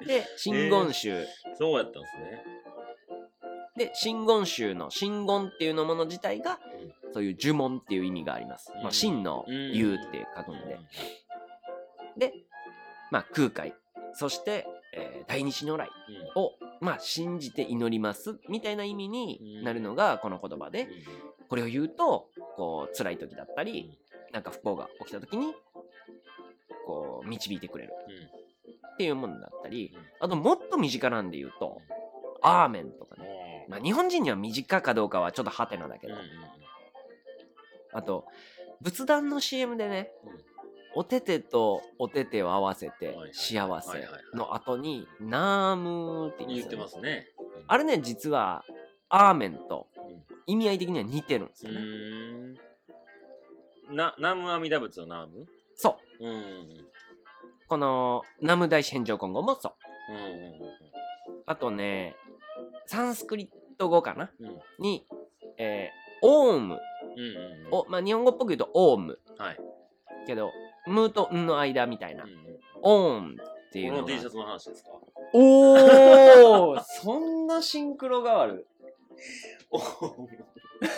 A: い
B: で真言宗、
A: そうやったんですね。
B: で真言宗の真言っていうのもの自体がそういう呪文っていう意味があります、
A: う
B: まあ、
A: ん
B: 真の言うって書くんで、で、まあ、空海そして、えー大日如来
A: うん
B: を、まあ、信じて祈りますみたいな意味になるのがこの言葉でこれを言うとこう辛い時だったりなんか不幸が起きた時にこう導いてくれるっていうものだったり
A: うん
B: あともっと身近なんで言うと「アーメン」とか
A: うん
B: ね、まあ、日本人には身近かどうかはちょっとハテナだけ
A: うん
B: ど
A: うん
B: あと仏壇の CM でね
A: うん
B: おててとおててを合わせ
A: は
B: て
A: いはい
B: 「幸せ
A: はいはいはい」
B: の後に「ナーム」って
A: うん言って
B: よね
A: ますね。
B: あれね、実は、アーメンと
A: うん
B: 意味合い的には似てるんです
A: う
B: よね。
A: ーんな南無阿弥陀仏のナム
B: そ
A: うんうん
B: う。この、南無大師返上今後もそう。
A: うん
B: あとね、サンスクリット語かな
A: うんうん
B: に、えーオーム
A: うんうんうん
B: を、まあ、日本語っぽく言うと、オーム。
A: はい。
B: けど、ムとんの間みたいな
A: う。んうん
B: オーンっていう
A: こ
B: の
A: の
B: が
A: T シャツの話ですか
B: おーそんなシンクロがある。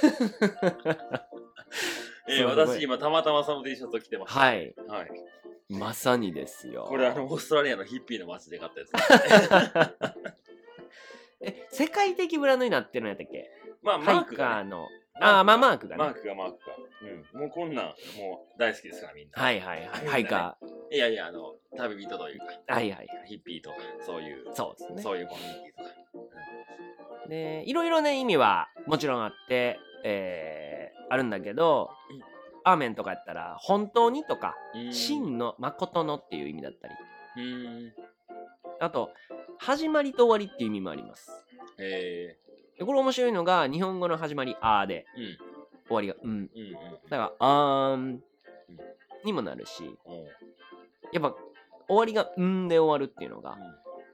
A: えー
B: すごい
A: 私今たまたまその T シャツを着てます。。
B: はいい。
A: はい、
B: まさにですよ。
A: これあのオーストラリアのヒッピーの街で買ったやつ。
B: え、世界的ブランドになってるんやったっけ
A: まあ
B: ハ
A: マー
B: イ
A: ク
B: カー
A: が、ね。
B: の。あーまあマークがね
A: マークがマークが。うん。もうこんなんもう大好きですからみんな。
B: はいはいはい。ハイカ
A: い。いやいや、あの、旅人というか、
B: ー。はいはい。
A: ヒッピーとか、そういう、
B: そうですね。
A: そういうコミュニティとか。
B: で、いろいろね、意味はもちろんあって、えーあるんだけど、アーメンとかやったら、本当にとか、
A: うーん
B: 真の、誠のっていう意味だったり、
A: うーん。
B: あと、始まりと終わりっていう意味もあります。
A: え
B: でこれ面白いのが、日本語の始まり、あーで、
A: ー、うん。
B: 終わりが、うん。
A: うんうん
B: だから、あーんにもなるし、
A: おう
B: やっぱ、終わりが、うんで終わるっていうのが
A: う、ん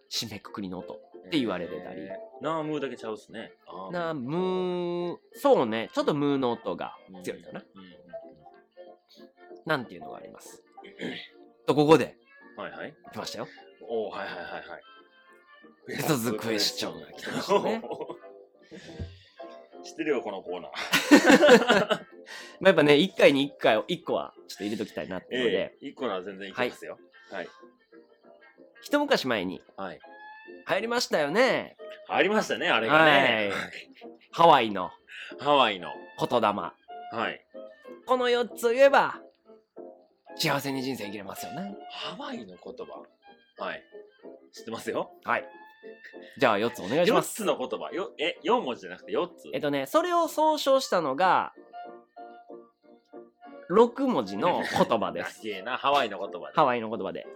B: 締めくくりの音。て言われてたり
A: えーナームーだけちゃうっすね。あー
B: な、むー、そうね、ちょっとムーの音が強いかな。。
A: うんうん
B: なんていうのがあります。と、ここで、
A: うんはいはい。
B: 来ましたよ。
A: おおはいはいはいはい。
B: ベトズクエスチョンが来てましたね
A: 知ってるよ、このコーナー。
B: まあ、やっぱね、一回に一回を、一個はちょっと入れときたいなっていうの
A: え
B: で、
A: え、一個なら全然いきますよ。はい。
B: 一昔前に、
A: はい。
B: 流行りましたよね
A: ありましたね、あれがね。
B: ハワイの
A: ハワイの。
B: 言霊
A: はい。
B: この4つ言えば幸せに人生生きれますよね
A: ハワイの言葉。はい。知ってますよ。
B: はいじゃあ4つお願いし
A: 4
B: ます
A: つの言葉。よえ、4文字じゃなくて4つ。
B: えっとねそれを総称したのが6文字の言葉で す
A: すげえな、ハワイの言葉で。
B: ハワイの言葉で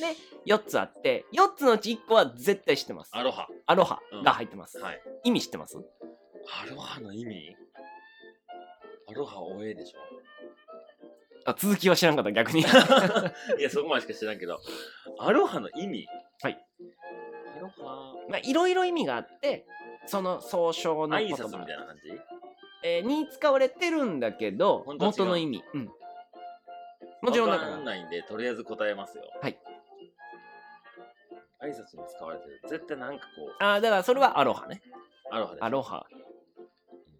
B: で4つあって4つのうち1個は絶対知ってます
A: アロハ。
B: アロハが入ってます、
A: はい。
B: 意味知ってます
A: アロハの意味アロハおえで しょ
B: あ続きは知らんかった 逆に
A: いや、そこまでしか知らんけど。アロハの意味
B: はい。
A: アロハ。
B: まあいろいろ意味があってその総称の
A: 挨
B: 言
A: 拶み
B: 葉
A: たいな感じ
B: えーに使われてるんだけど
A: 本当は違う
B: 元の意味、うん、もちろんだか
A: わからんないんで、とりあえず答えますよ。
B: はい。
A: 挨拶に使われてる。絶対なんかこう、
B: あーだからそれはアロハね
A: アロハです。
B: アロハ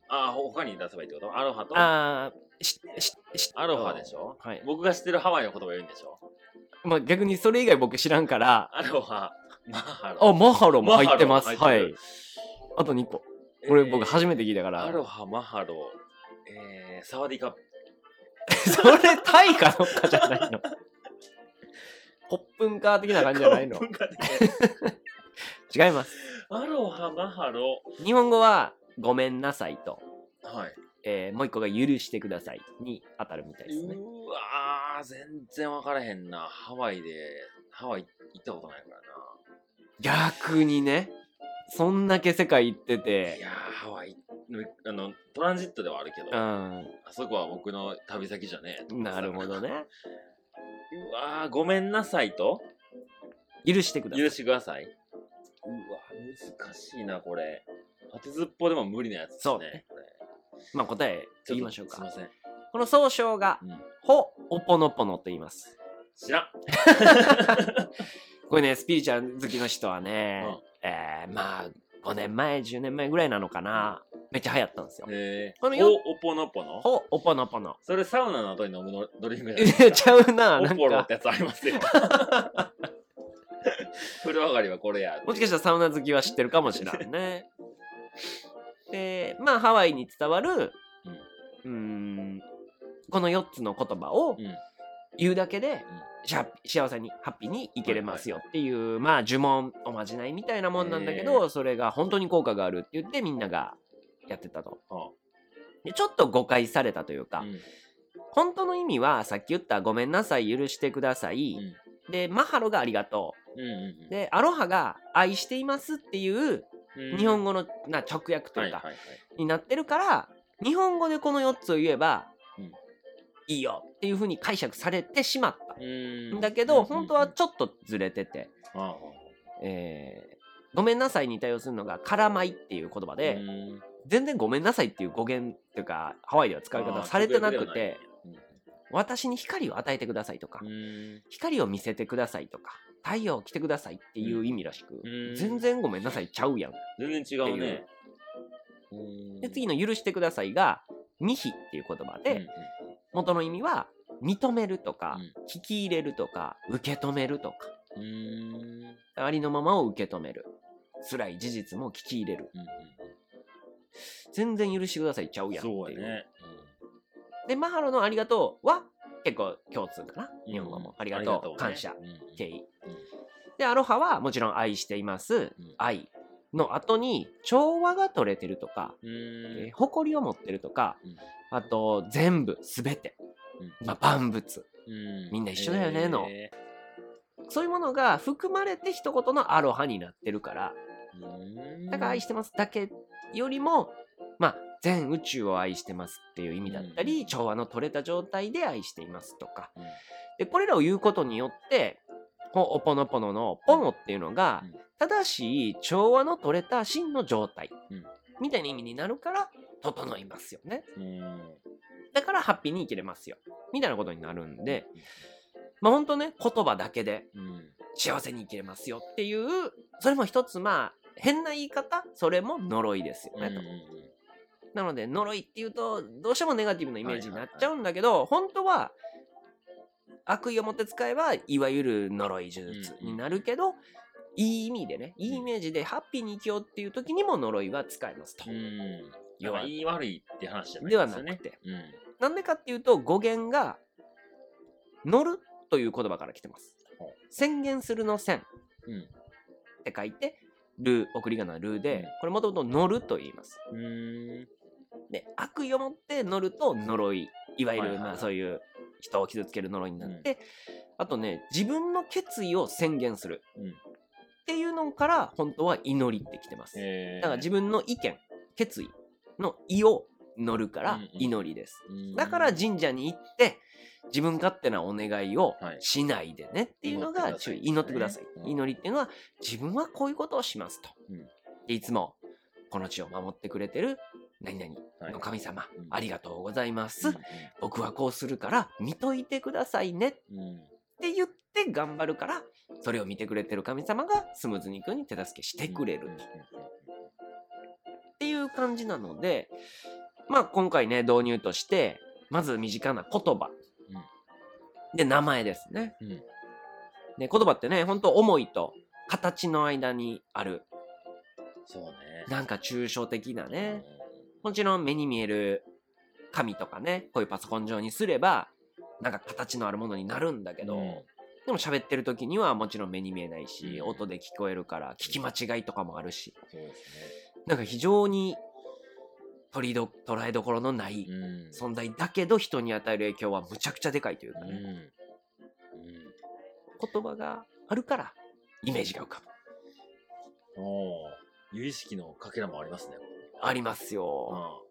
A: ああ、他に出せばいいってことアロハと
B: あーししし
A: アロハでしょ
B: はい、
A: 僕が知ってるハワイの言葉言うんでしょ
B: まあ、逆にそれ以外僕知らんから
A: アロハ、マハロ。
B: あマハロも入ってます
A: マハ
B: は
A: ロ
B: い。あと2個
A: えー
B: これ僕初めて聞いたから、
A: アロハ、マハロ、えー、サワディカップ。
B: それタイかどっかじゃな いのポップンカー的な感じじゃないの
A: コップが ね
B: 違います
A: アロハ、マハロ。
B: 日本語は「ごめんなさい」と、
A: はい。
B: えーもう一個が「許してください」に当たるみたいですね
A: うわー、全然分からへんな。ハワイで、ハワイ行ったことないからな。
B: 逆にねそんだけ世界行って
A: い
B: て
A: やー、ハワイ、あの、トランジットではあるけど、
B: う
A: あ
B: ん
A: そこは僕の旅先じゃねえ。
B: なるほどね
A: うわー、ごめんなさいと。
B: 許してください
A: 許してください。うわ、難しいな、これ。当てずっぽうでも無理なやつですね。
B: そうね
A: これ
B: まあ答え
A: ちょっと
B: 言いましょう
A: すい
B: か
A: ません。
B: この総称が
A: うん
B: 「ほおぽのぽの」と言います
A: 知らん。
B: これねスピリチュアル好きの人はね、えーまあ5年前10年前ぐらいなのかなめっちゃ流行ったんですよ
A: えー、
B: このよ
A: おおぽのぽの
B: ほおぽのぽの
A: それサウナの後に飲むのドリンクじゃない
B: え
A: です
B: ち
A: か。
B: ゃうなな
A: お
B: ん
A: ぽろっ
B: か
A: てやつありますよ。 風呂上がりはこれや。
B: もしかしたらサウナ好きは知ってるかもしれんねでまあハワイに伝わるうーんこの4つの言葉を
A: うん
B: 言うだけで、しゃ幸せにハッピーにいけれますよっていう、まあ呪文おまじないみたいなもんなんだけど、それが本当に効果があるって言ってみんながやってたと。
A: は
B: でちょっと誤解されたというか、
A: うん
B: 本当の意味はさっき言った「ごめんなさい許してください」でマハロが「ありがとう」
A: うんうん
B: でアロハが「愛しています」っていう
A: うん
B: 日本語のな直訳と
A: はいいうは
B: か
A: いはい。
B: になってるから日本語でこの4つを言えば、
A: うん
B: いいよっていう風に解釈されてしまった
A: うーん
B: んだけど、本当はちょっとずれてて、
A: うんうんうんあ
B: えーごめんなさいに対応するのが「からまい」っていう言葉
A: あ
B: で、
A: うん
B: 全然「ごめんなさい」っていう語源っていうかハワイでは使い方されてなくて「私に光を与えてください」とか
A: あー。うん
B: 光を見せてくださいとか太陽を着てくださいっていう意味らしく、
A: うん
B: 全然ごめんなさいちゃうやん。
A: 全然違う
B: っ
A: ね。うん
B: で次の「許してください」が「ミヒ」っていう言葉で、
A: うん
B: 元の意味は認めるとか、
A: うん
B: 聞き入れるとか受け止めるとか
A: うんうんうん
B: ありのままを受け止める辛い事実も聞き入れる全然許してくださいちゃうやんってい
A: そうやね。
B: でマハロの「ありがとう」は結構共通かな
A: うん
B: 日本語も「ありがとう」感謝」敬意
A: うん
B: でアロハはもちろん「愛しています」
A: うん
B: 愛」の後に調和が取れてるとか、
A: うんうん
B: えー誇りを持ってるとか、
A: うん
B: あと全部全て、
A: うん
B: まあ、万物
A: うん
B: みんな一緒だよねの
A: え
B: そういうものが含まれて一言のアロハになってるから
A: ーうん
B: だから愛してますだけよりもまあ全宇宙を愛してますっていう意味だったり、
A: うん
B: 調和の取れた状態で愛していますとか
A: うん
B: でこれらを言うことによってほおぽのぽののポノっていうのが
A: うん
B: 正しい調和の取れた真の状態
A: うん
B: みたいな意味になるから整いますよね
A: うん
B: だからハッピーに生きれますよみたいなことになるんでまあほんとね言葉だけで
A: うん
B: 幸せに生きれますよっていうそれも一つまあ変な言い方それも呪いですよね、となので呪いっていうとどうしてもネガティブなイメージになっちゃうんだけど、本当は悪意を持って使えばいわゆる呪い呪術になるけど、いい意味でね、いいイメージでハッピーに生きようっていう時にも呪いは使えますと。
A: うん。要
B: 要
A: は、
B: はい
A: い悪いって話じゃない
B: では
A: です
B: な
A: よ
B: く
A: ね。
B: て。
A: うん。
B: なんでかっていうと語源が「乗る」という言葉から来てます
A: ほう。
B: 宣言するの線
A: うん
B: って書いて「ルー」送り仮名の「ルー
A: う
B: で」
A: ん
B: これもともと「乗る」と言います。
A: うーん。
B: で悪意を持って乗ると呪いいわゆ
A: はいは
B: る
A: いはい
B: まあそういう人を傷つける呪いになって、あとね自分の決意を宣言する
A: うん
B: っていうのから本当は祈りってきてます。
A: えー
B: だから自分の意見決意の「意」を乗るから
A: うんうん
B: 祈りです。
A: うん
B: だから神社に行って自分勝手なお願いを
A: はい
B: しないでねっていうのが注意祈
A: 祈
B: っ
A: ってて
B: く
A: く
B: だ
A: ださ
B: さい
A: い、
B: うん祈りっていうのは自分はこういうことをしますと、
A: うん
B: でいつもこの地を守ってくれてる何々
A: はい
B: の神様、
A: うん
B: ありがとうございます、
A: うん
B: 僕はこうするから見といてくださいねっ
A: うんうん
B: て言って頑張るからそれを見てくれてる神様がスムーズにいくように手助けしてくれる
A: うんうん
B: とっていう感じなのでまあ今回ね導入としてまず身近な言葉、
A: うん
B: で名前ですね
A: うんうん
B: で言葉ってね本当思いと形の間にある
A: そうね。
B: なんか抽象的な
A: う
B: ね
A: ん
B: もちろん目に見える紙とかねこういうパソコン上にすればなんか形のあるものになるんだけど、
A: うん
B: でも喋ってる時にはもちろん目に見えないし、
A: うん
B: 音で聞こえるから聞き間違いとかもあるし
A: そうです
B: なんか非常に取りど捉えどころのない
A: ね。うん。
B: 存在だけど人に与える影響はむちゃくちゃでかいというか
A: うん。
B: ね、
A: うん
B: 言葉があるからイメージが浮かぶ
A: おー由意識のかけらもありますね。
B: あります
A: う
B: よ、
A: ん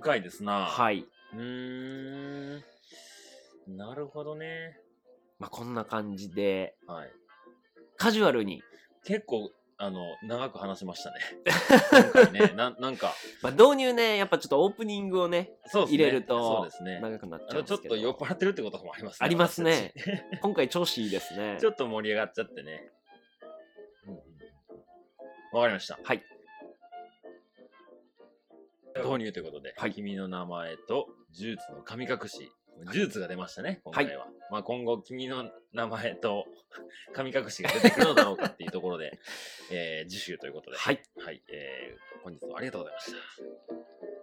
A: 深いですな。
B: はい、
A: うーん。なるほどね。
B: まあ、こんな感じで
A: はい。
B: カジュアルに、
A: 結構、あの、長く話しました ね。今回ね、ななんか、
B: まあ、導入ねやっぱちょっとオープニングをね
A: そうですね。
B: 入れると
A: そうですね。
B: 長くなっち
A: あ
B: ゃう
A: の
B: ん
A: ち
B: で
A: ょっ
B: すけど
A: と酔っ払ってるってこともあります
B: ありますね
A: 私た
B: 今回調子いいですね
A: ちちょっと盛り上がっちゃってね。うんうんわかりました。
B: はい。
A: 導入ということで、
B: はい
A: 君の名前と呪術の神隠し。呪術が出ましたね、今回は。まあ今後、君の名前と 神隠しが出てくるのだろうかっていうところで、えー、次週ということで、
B: はい
A: はい、えー、本日もありがとうございました。